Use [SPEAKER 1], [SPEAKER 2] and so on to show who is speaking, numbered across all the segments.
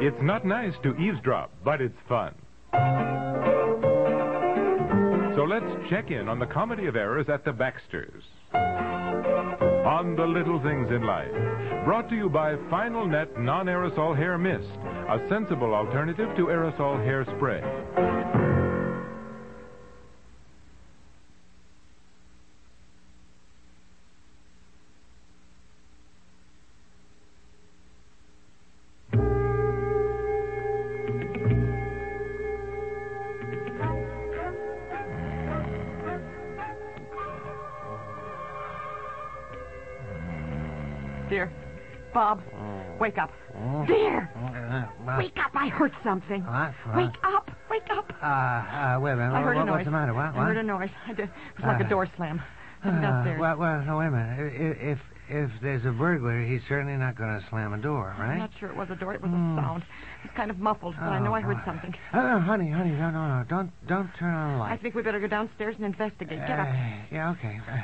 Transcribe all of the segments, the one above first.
[SPEAKER 1] It's not nice to eavesdrop, but it's fun. So let's check in on the comedy of errors at the Baxters. On the little things in life. Brought to you by Final Net Non Aerosol Hair Mist, a sensible alternative to aerosol hairspray.
[SPEAKER 2] Dear. Bob,
[SPEAKER 3] Oh.
[SPEAKER 2] wake up. Dear, wake up. I heard something.
[SPEAKER 3] What?
[SPEAKER 2] Wake up. Wake up.
[SPEAKER 3] Uh, uh, wait a minute.
[SPEAKER 2] I heard
[SPEAKER 3] what,
[SPEAKER 2] a noise.
[SPEAKER 3] What's the matter? What?
[SPEAKER 2] I
[SPEAKER 3] what?
[SPEAKER 2] heard a noise. I did. It was like a door slam. From downstairs.
[SPEAKER 3] Uh, well, well, no, wait a minute. I- i- If if there's a burglar, he's certainly not going to slam a door,
[SPEAKER 2] I'm
[SPEAKER 3] right? Hmm.
[SPEAKER 2] not sure it was a door. It was a sound. It was kind of muffled, but I know I heard something.
[SPEAKER 3] Oh, honey, honey, no, no, no, don't, don't turn on the
[SPEAKER 2] I
[SPEAKER 3] light.
[SPEAKER 2] think we better go downstairs and investigate. Get up.
[SPEAKER 3] Uh, yeah, okay. Uh,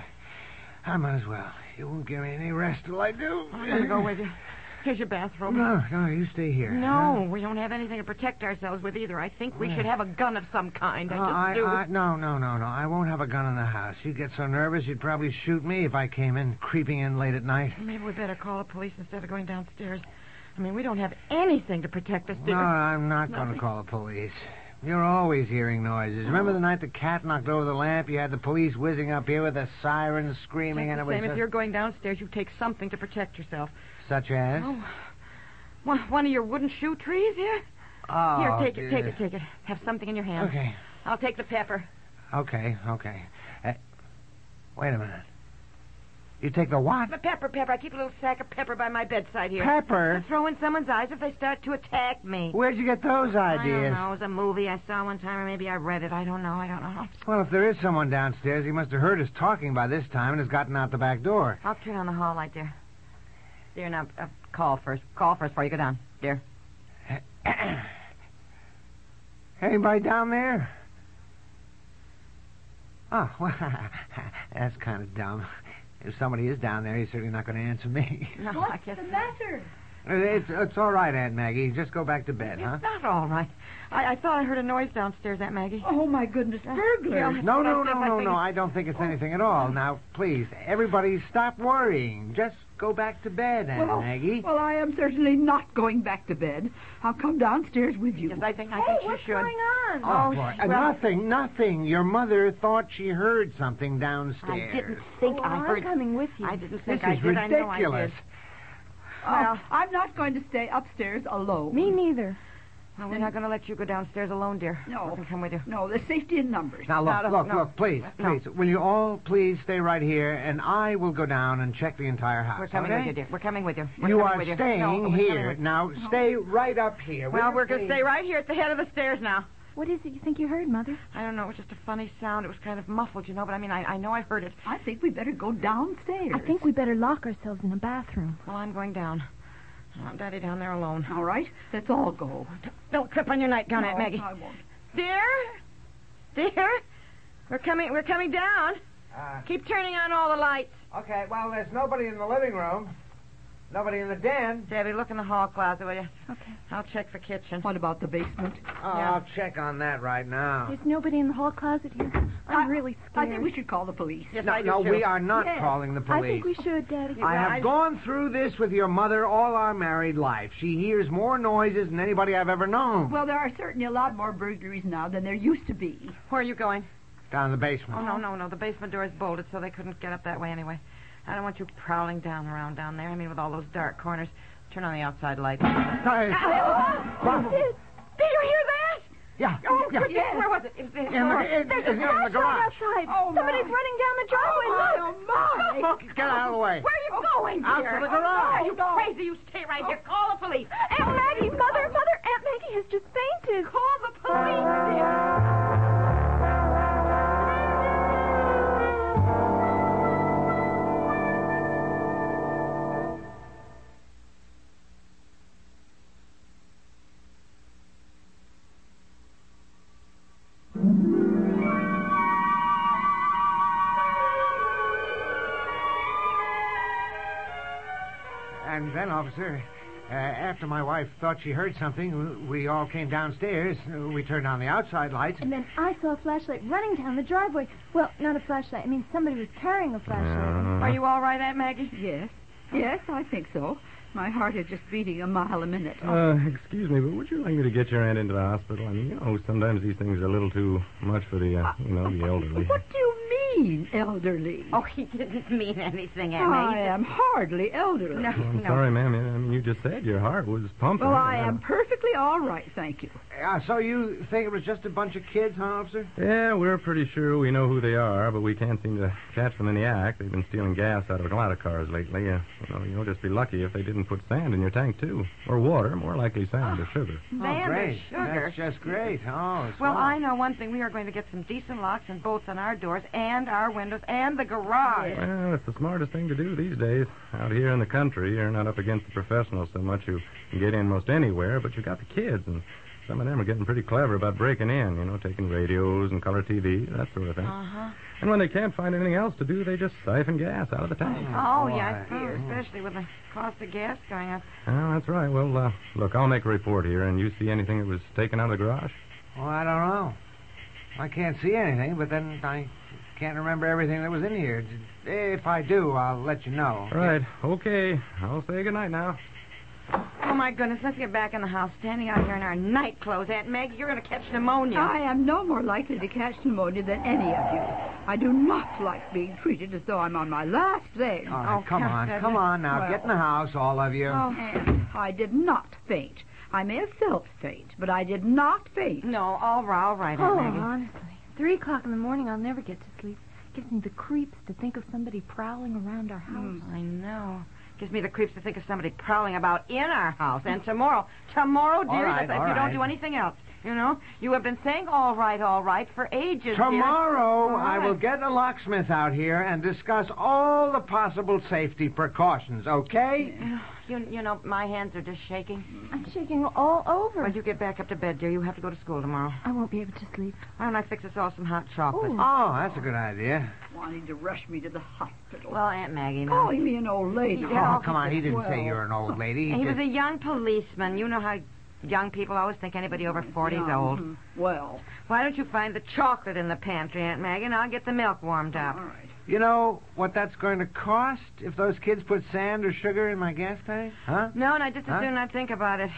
[SPEAKER 3] I might as well. You won't give me any rest till I do.
[SPEAKER 2] I'm going to go with you. Here's your bathrobe.
[SPEAKER 3] No, no, you stay here.
[SPEAKER 2] No, we don't have anything to protect ourselves with either. I think we should have a gun of some kind.
[SPEAKER 3] No,
[SPEAKER 2] I
[SPEAKER 3] Oh, I,
[SPEAKER 2] just do.
[SPEAKER 3] I, no, no, no, no. I won't have a gun in the house. You'd get so nervous you'd probably shoot me if I came in creeping in late at night.
[SPEAKER 2] Maybe we better call the police instead of going downstairs. I mean, we don't have anything to protect us,
[SPEAKER 3] No,
[SPEAKER 2] dear.
[SPEAKER 3] I'm not going to call the police. You're always hearing noises. Remember the night the cat knocked over the lamp? You had the police whizzing up here with the sirens screaming, and
[SPEAKER 2] Just the
[SPEAKER 3] it was
[SPEAKER 2] same, if
[SPEAKER 3] just-
[SPEAKER 2] you're going downstairs, you take something to protect yourself.
[SPEAKER 3] such as.
[SPEAKER 2] Oh. One, one of your wooden shoe trees here?
[SPEAKER 3] Oh,
[SPEAKER 2] here, take it, take
[SPEAKER 3] dear.
[SPEAKER 2] it, take it. Have something in your hand.
[SPEAKER 3] Okay,
[SPEAKER 2] I'll take the pepper.
[SPEAKER 3] okay, okay. Uh, wait a minute. You take the what?
[SPEAKER 2] The pepper, pepper. I keep a little sack of pepper by my bedside here.
[SPEAKER 3] Pepper.
[SPEAKER 2] To throw in someone's eyes if they start to attack me.
[SPEAKER 3] Where'd you get those
[SPEAKER 2] I don't
[SPEAKER 3] ideas?
[SPEAKER 2] know. It was a movie I saw one time, or maybe I read it. I don't know. I don't know.
[SPEAKER 3] Well, if there is someone downstairs, he must have heard us talking by this time and has gotten out the back door.
[SPEAKER 2] I'll turn on the hall light, dear. Dear, now, uh, call first. Call first before you go down, dear.
[SPEAKER 3] Anybody down there? Oh, well, that's kind of dumb. If somebody is down there, he's certainly not going to answer me.
[SPEAKER 2] No, I guess not.
[SPEAKER 3] It's, it's all right, Aunt Maggie. Just go back to bed, huh?
[SPEAKER 2] It's not all right. I, I thought I heard a noise downstairs, Aunt Maggie.
[SPEAKER 4] Oh, my goodness, burglars.
[SPEAKER 2] Yeah.
[SPEAKER 3] No, no,
[SPEAKER 2] That's
[SPEAKER 3] no,
[SPEAKER 2] what I
[SPEAKER 3] no,
[SPEAKER 2] think.
[SPEAKER 3] no. I don't think it's anything at all. Now, please, everybody stop worrying. Just go back to bed, Aunt
[SPEAKER 4] Well,
[SPEAKER 3] Maggie.
[SPEAKER 4] well, I am certainly not going back to bed. I'll come downstairs with you.
[SPEAKER 2] Yes, I think I think you should.
[SPEAKER 4] on?
[SPEAKER 3] Oh,
[SPEAKER 2] oh,
[SPEAKER 3] boy.
[SPEAKER 2] well-
[SPEAKER 3] nothing, nothing. Your mother thought she heard something
[SPEAKER 2] I
[SPEAKER 3] downstairs.
[SPEAKER 2] didn't think I heard.
[SPEAKER 4] with
[SPEAKER 2] I didn't
[SPEAKER 3] This
[SPEAKER 2] think I
[SPEAKER 3] is
[SPEAKER 2] did. I know I
[SPEAKER 3] ridiculous.
[SPEAKER 2] did. Well,
[SPEAKER 4] Um, I'm not going to stay upstairs alone.
[SPEAKER 2] neither. Well, we're not going to let you go downstairs alone, dear.
[SPEAKER 4] No.
[SPEAKER 2] I can come with you.
[SPEAKER 4] No, there's safety in numbers.
[SPEAKER 3] Now look,
[SPEAKER 2] No, no,
[SPEAKER 3] look,
[SPEAKER 2] no.
[SPEAKER 3] look, please,
[SPEAKER 2] No.
[SPEAKER 3] please. Will you all please stay right here, and I will go down and check the entire house.
[SPEAKER 2] We're coming
[SPEAKER 3] okay?
[SPEAKER 2] with you, dear. We're coming with you. We're
[SPEAKER 3] You
[SPEAKER 2] coming
[SPEAKER 3] are
[SPEAKER 2] with you.
[SPEAKER 3] staying
[SPEAKER 2] No, we're coming
[SPEAKER 3] here.
[SPEAKER 2] with you.
[SPEAKER 3] Now stay right up here. will
[SPEAKER 2] Well,
[SPEAKER 3] you
[SPEAKER 2] we're going
[SPEAKER 3] please?
[SPEAKER 2] to stay right here at the head of the stairs now.
[SPEAKER 5] What is it you think you heard, Mother?
[SPEAKER 2] I don't know. It was just a funny sound. It was kind of muffled, you know, but I mean, I, I know I heard it.
[SPEAKER 4] I think we better go downstairs.
[SPEAKER 5] I think we better lock ourselves in a bathroom.
[SPEAKER 2] Well, I'm going down. I want Daddy down there alone.
[SPEAKER 4] All right, let's all go.
[SPEAKER 2] Don't trip on your nightgown, Aunt
[SPEAKER 4] No,
[SPEAKER 2] Maggie.
[SPEAKER 4] I won't.
[SPEAKER 2] Dear? Dear? We're coming we're coming down.
[SPEAKER 3] Uh,
[SPEAKER 2] Keep turning on all the lights.
[SPEAKER 3] okay. Well, there's nobody in the living room. Nobody in the den.
[SPEAKER 2] Debbie, look in the hall closet, will you?
[SPEAKER 5] Okay.
[SPEAKER 2] I'll check the kitchen.
[SPEAKER 4] What about the basement?
[SPEAKER 3] Oh,
[SPEAKER 2] Yeah.
[SPEAKER 3] I'll check on that right now.
[SPEAKER 5] There's nobody in the hall closet here. I'm
[SPEAKER 4] I-
[SPEAKER 5] really
[SPEAKER 4] I
[SPEAKER 5] scared.
[SPEAKER 4] think we should call the police.
[SPEAKER 2] Yes,
[SPEAKER 3] no,
[SPEAKER 2] I do
[SPEAKER 3] no,
[SPEAKER 2] too.
[SPEAKER 3] we are not
[SPEAKER 5] Yes.
[SPEAKER 3] calling the
[SPEAKER 5] I
[SPEAKER 3] police.
[SPEAKER 5] think we should, Daddy.
[SPEAKER 3] I
[SPEAKER 2] Well,
[SPEAKER 3] have
[SPEAKER 2] I-
[SPEAKER 3] gone through this with your mother all our married life. She hears more noises than anybody I've ever known.
[SPEAKER 4] Well, there are certainly a lot more burglaries now than there used to be.
[SPEAKER 2] Where are you going?
[SPEAKER 3] Down in the basement.
[SPEAKER 2] Oh no, no, no. The basement door is bolted, so they couldn't get up that way anyway. I don't want you prowling down around down there. I mean with all those dark corners. Turn on the outside light.
[SPEAKER 3] No, it's-
[SPEAKER 2] Did you hear that?
[SPEAKER 3] Yeah.
[SPEAKER 2] Oh,
[SPEAKER 3] yeah.
[SPEAKER 2] goodness, where was it? It was in the
[SPEAKER 3] In the-
[SPEAKER 2] car.
[SPEAKER 3] in-
[SPEAKER 2] There's
[SPEAKER 3] in
[SPEAKER 2] a
[SPEAKER 3] the
[SPEAKER 2] car
[SPEAKER 3] garage.
[SPEAKER 2] outside.
[SPEAKER 4] Oh, my.
[SPEAKER 2] Somebody's running down the driveway.
[SPEAKER 4] Oh,
[SPEAKER 2] Look.
[SPEAKER 4] my.
[SPEAKER 2] Look.
[SPEAKER 3] Get out of the way. Ah.
[SPEAKER 2] Where are you going,
[SPEAKER 4] Oh,
[SPEAKER 3] Out
[SPEAKER 2] dear?
[SPEAKER 3] to the garage.
[SPEAKER 2] Are you crazy? You stay right here. Call the police.
[SPEAKER 4] Oh,
[SPEAKER 2] Aunt Maggie, mother, mother, Aunt Maggie has just fainted. Call the police, dear.
[SPEAKER 3] And then, officer, uh, after my wife thought she heard something, w- we all came downstairs. Uh, We turned on the outside lights.
[SPEAKER 5] And then I saw a flashlight running down the driveway. Well, not a flashlight. I mean, somebody was carrying a
[SPEAKER 3] Uh-huh.
[SPEAKER 5] flashlight.
[SPEAKER 2] Are you all right, Aunt Maggie?
[SPEAKER 4] Yes. Yes, I think so. My heart is just beating a mile a minute.
[SPEAKER 2] Oh.
[SPEAKER 6] Uh, excuse me, but would you like me to get your aunt into the hospital? I mean, you know, sometimes these things are a little too much for the, uh, you know, the elderly.
[SPEAKER 4] What do you mean, elderly?
[SPEAKER 2] Oh, he didn't mean anything, Aunt
[SPEAKER 4] I
[SPEAKER 2] Maggie.
[SPEAKER 4] am hardly elderly.
[SPEAKER 2] No,
[SPEAKER 6] I'm
[SPEAKER 2] no.
[SPEAKER 6] sorry, ma'am. I mean, you just said your heart was pumping.
[SPEAKER 4] Well, I am perfectly all right, thank you.
[SPEAKER 3] Uh, so you think it was just a bunch of kids, huh, officer?
[SPEAKER 6] Yeah, we're pretty sure we know who they are, but we can't seem to catch them in the act. They've been stealing gas out of a lot of cars lately. Uh, you know, you'll just be lucky if they didn't put sand in your tank, too. Or water, more likely sand or sugar.
[SPEAKER 3] oh,
[SPEAKER 2] Vander
[SPEAKER 3] great.
[SPEAKER 2] Sugar.
[SPEAKER 3] That's just great. Oh, it's
[SPEAKER 2] Well, I
[SPEAKER 3] swell.
[SPEAKER 2] know one thing. We are going to get some decent locks and bolts on our doors and our windows and the garage.
[SPEAKER 6] Well, it's the smartest thing to do these days. Out here in the country, you're not up against the professionals so much. You can get in most anywhere, but you got the kids, and some of them are getting pretty clever about breaking in, you know, taking radios and color TV, that sort of thing. Uh-huh. And when they can't find anything else to do, they just siphon gas out of the tank.
[SPEAKER 2] Oh, yeah, I
[SPEAKER 3] boy. Mm-hmm.
[SPEAKER 2] fear, especially with the cost of gas going up.
[SPEAKER 6] Oh, that's right. Well, uh, look, I'll make a report here, and you see anything that was taken out of the garage?
[SPEAKER 3] Well, I don't know. I can't see anything, but then I can't remember everything that was in here. If I do, I'll let you know.
[SPEAKER 6] All right. Okay. I'll say goodnight now.
[SPEAKER 2] Oh, my goodness, let's get back in the house, standing out here in our night clothes. Aunt Maggie, you're going to catch pneumonia.
[SPEAKER 4] I am no more likely to catch pneumonia than any of you. I do not like being treated as though I'm on my last leg.
[SPEAKER 3] All right,
[SPEAKER 2] Oh,
[SPEAKER 3] come
[SPEAKER 2] God,
[SPEAKER 3] on.
[SPEAKER 2] that
[SPEAKER 3] Come
[SPEAKER 2] is-
[SPEAKER 3] on now. Get in the house, all of you.
[SPEAKER 2] Oh.
[SPEAKER 4] And I did not faint. I may have felt faint, but I did not faint.
[SPEAKER 2] No, all right, all right,
[SPEAKER 5] Oh,
[SPEAKER 2] Aunt Maggie.
[SPEAKER 5] honestly. Three o'clock in the morning, I'll never get to sleep. Gives me the creeps to think of somebody prowling around our house.
[SPEAKER 4] Hmm.
[SPEAKER 2] I know. Gives me the creeps to think of somebody prowling about in our house. And tomorrow, tomorrow,
[SPEAKER 3] All
[SPEAKER 2] dear,
[SPEAKER 3] right,
[SPEAKER 2] if
[SPEAKER 3] all
[SPEAKER 2] you
[SPEAKER 3] right.
[SPEAKER 2] don't do anything else, you know, you have been saying all right, all right for ages.
[SPEAKER 3] Tomorrow,
[SPEAKER 2] dear. All
[SPEAKER 3] I will
[SPEAKER 2] right.
[SPEAKER 3] get a locksmith out here and discuss all the possible safety precautions, okay?
[SPEAKER 2] You, you know, my hands are just shaking.
[SPEAKER 5] I'm shaking all over.
[SPEAKER 2] Well, you get back up to bed, dear. You have to go to school tomorrow.
[SPEAKER 5] I won't be able to sleep.
[SPEAKER 2] Why don't I fix us all some hot chocolate?
[SPEAKER 5] Ooh.
[SPEAKER 3] Oh, that's a good idea.
[SPEAKER 4] Wanting to rush me to the hospital.
[SPEAKER 2] Well, Aunt Maggie, now.
[SPEAKER 4] calling me an old lady.
[SPEAKER 2] Yeah.
[SPEAKER 3] Oh, come on. He didn't
[SPEAKER 4] Well,
[SPEAKER 3] say you were an old lady.
[SPEAKER 2] he was
[SPEAKER 3] just-
[SPEAKER 2] a young policeman. You know how young people always think anybody over 40 is old.
[SPEAKER 4] Mhm. Well,
[SPEAKER 2] Why don't you find the chocolate in the pantry, Aunt Maggie, and I'll get the milk warmed up.
[SPEAKER 4] all right.
[SPEAKER 3] You know what that's going to cost if those kids put sand or sugar in my gas tank? Huh?
[SPEAKER 2] No, and I just as
[SPEAKER 3] Huh?
[SPEAKER 2] soon not think about it.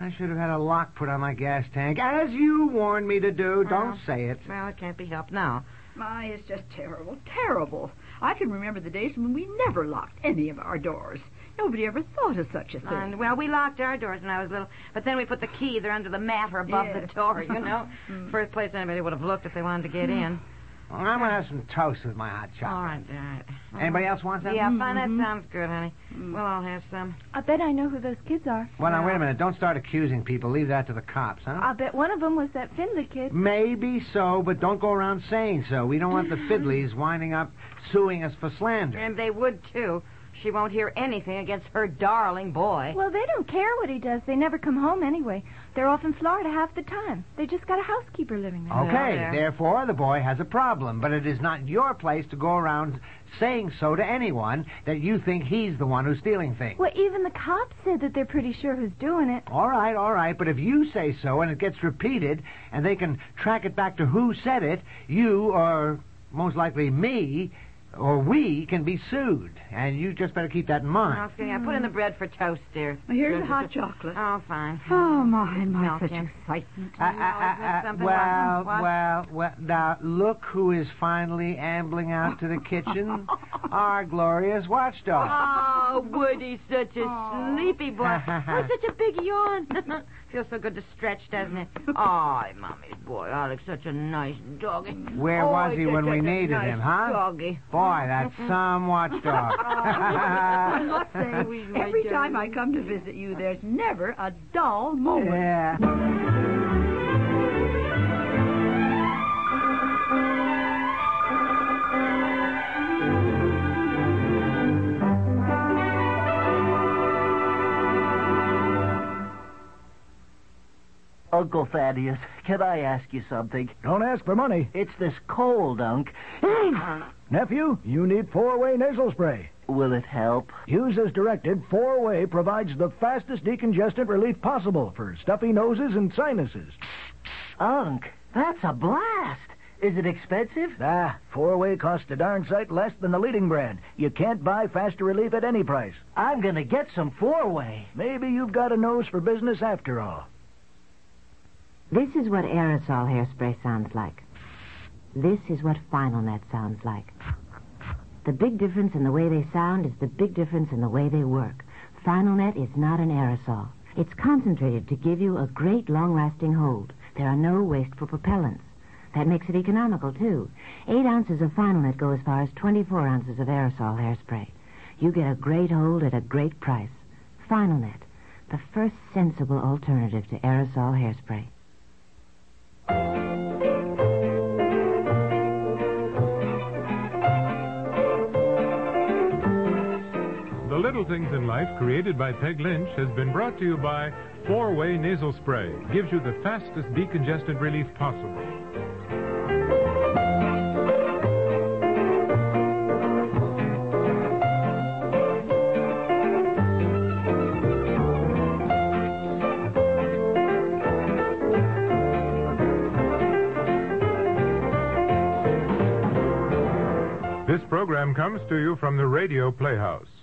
[SPEAKER 3] I should have had a lock put on my gas tank, as you warned me to do. Don't say it.
[SPEAKER 2] Well, it can't be helped now.
[SPEAKER 4] My, it's just terrible, terrible. I can remember the days when we never locked any of our doors. Nobody ever thought of such a thing.
[SPEAKER 2] And, well, we locked our doors when I was little, but then we put the key either under the mat or above
[SPEAKER 4] Yes.
[SPEAKER 2] the door, you know?
[SPEAKER 4] Mm.
[SPEAKER 2] First place anybody would have looked if they wanted to
[SPEAKER 4] Mm-hmm.
[SPEAKER 2] get in.
[SPEAKER 3] Well, I'm going to have some toast with my hot
[SPEAKER 2] All
[SPEAKER 3] chocolate.
[SPEAKER 2] right, all right.
[SPEAKER 4] Mm-hmm.
[SPEAKER 3] Anybody else want some?
[SPEAKER 2] Yeah, fine, that sounds good, honey.
[SPEAKER 4] Mm.
[SPEAKER 2] We'll all have some.
[SPEAKER 5] I bet I know who those kids are.
[SPEAKER 3] Well, now, wait a minute. Don't start accusing people. Leave that to the cops, huh?
[SPEAKER 5] I'll bet one of them was that Finley kid.
[SPEAKER 3] Maybe so, but don't go around saying so. We don't want the fiddlies winding up suing us for slander.
[SPEAKER 2] And they would, too. She won't hear anything against her darling boy.
[SPEAKER 5] Well, they don't care what he does. They never come home anyway. They're off in Florida half the time. They just got a housekeeper living there.
[SPEAKER 3] Okay,
[SPEAKER 2] Yeah.
[SPEAKER 3] therefore, the boy has a problem, but it is not your place to go around saying so to anyone that you think he's the one who's stealing things.
[SPEAKER 5] Well, even the cops said that they're pretty sure who's doing it.
[SPEAKER 3] All right, all right, but if you say so and it gets repeated and they can track it back to who said it, you or most likely me or we can be sued. And you just better keep that in mind.
[SPEAKER 2] Oscar, yeah, put in the bread for toast, dear.
[SPEAKER 4] Well, here's the hot chocolate.
[SPEAKER 2] Oh, fine.
[SPEAKER 4] Oh, my, my,
[SPEAKER 2] Milk
[SPEAKER 4] such
[SPEAKER 2] in.
[SPEAKER 4] excitement.
[SPEAKER 7] Ah,
[SPEAKER 3] Uh, uh,
[SPEAKER 2] you always
[SPEAKER 3] uh,
[SPEAKER 2] have
[SPEAKER 3] uh,
[SPEAKER 2] something
[SPEAKER 3] well,
[SPEAKER 2] like- what?
[SPEAKER 3] well, well, now look who is finally ambling out to the kitchen.
[SPEAKER 7] Our glorious watchdog.
[SPEAKER 2] Oh, Woody's such a sleepy boy. oh, such a big yawn. Feels so good to stretch, doesn't it? Oh, mommy's boy, Alex, such a nice doggy.
[SPEAKER 7] Where
[SPEAKER 2] Oh,
[SPEAKER 7] was he
[SPEAKER 2] such
[SPEAKER 7] when
[SPEAKER 2] a
[SPEAKER 7] we needed
[SPEAKER 2] nice
[SPEAKER 7] him, huh?
[SPEAKER 2] Doggy.
[SPEAKER 7] Boy, that's some
[SPEAKER 2] Oh,
[SPEAKER 5] I
[SPEAKER 7] watchdog.
[SPEAKER 5] must say,
[SPEAKER 2] We like
[SPEAKER 5] every
[SPEAKER 2] to-
[SPEAKER 5] time I come to visit you, there's never a dull moment.
[SPEAKER 7] yeah.
[SPEAKER 8] Uncle Thaddeus, can I ask you something?
[SPEAKER 3] Don't ask for money.
[SPEAKER 8] It's this cold, Unc.
[SPEAKER 3] Nephew, you need four way nasal spray.
[SPEAKER 8] Will it help?
[SPEAKER 3] Hughes as directed, four way provides the fastest decongestant relief possible for stuffy noses and sinuses.
[SPEAKER 8] Unc, that's a blast. Is it expensive?
[SPEAKER 3] Ah, four way costs a darn sight less than the leading brand. You can't buy faster relief at any price.
[SPEAKER 8] I'm going to get some four-way.
[SPEAKER 3] Maybe you've got a nose for business after all.
[SPEAKER 9] This is what aerosol hairspray sounds like. This is what Final Net sounds like. The big difference in the way they sound is the big difference in the way they work. Final Net is not an aerosol. It's concentrated to give you a great long-lasting hold. There are no wasteful propellants. That makes it economical, too. Eight ounces of Final Net go as far as 24 ounces of aerosol hairspray. You get a great hold at a great price. Final Net, the first sensible alternative to aerosol hairspray.
[SPEAKER 6] The Little Things in Life, created by Peg Lynch, has been brought to you by Four Way Nasal Spray. Gives you the fastest decongestant relief possible. This program comes to you from the Radio Playhouse.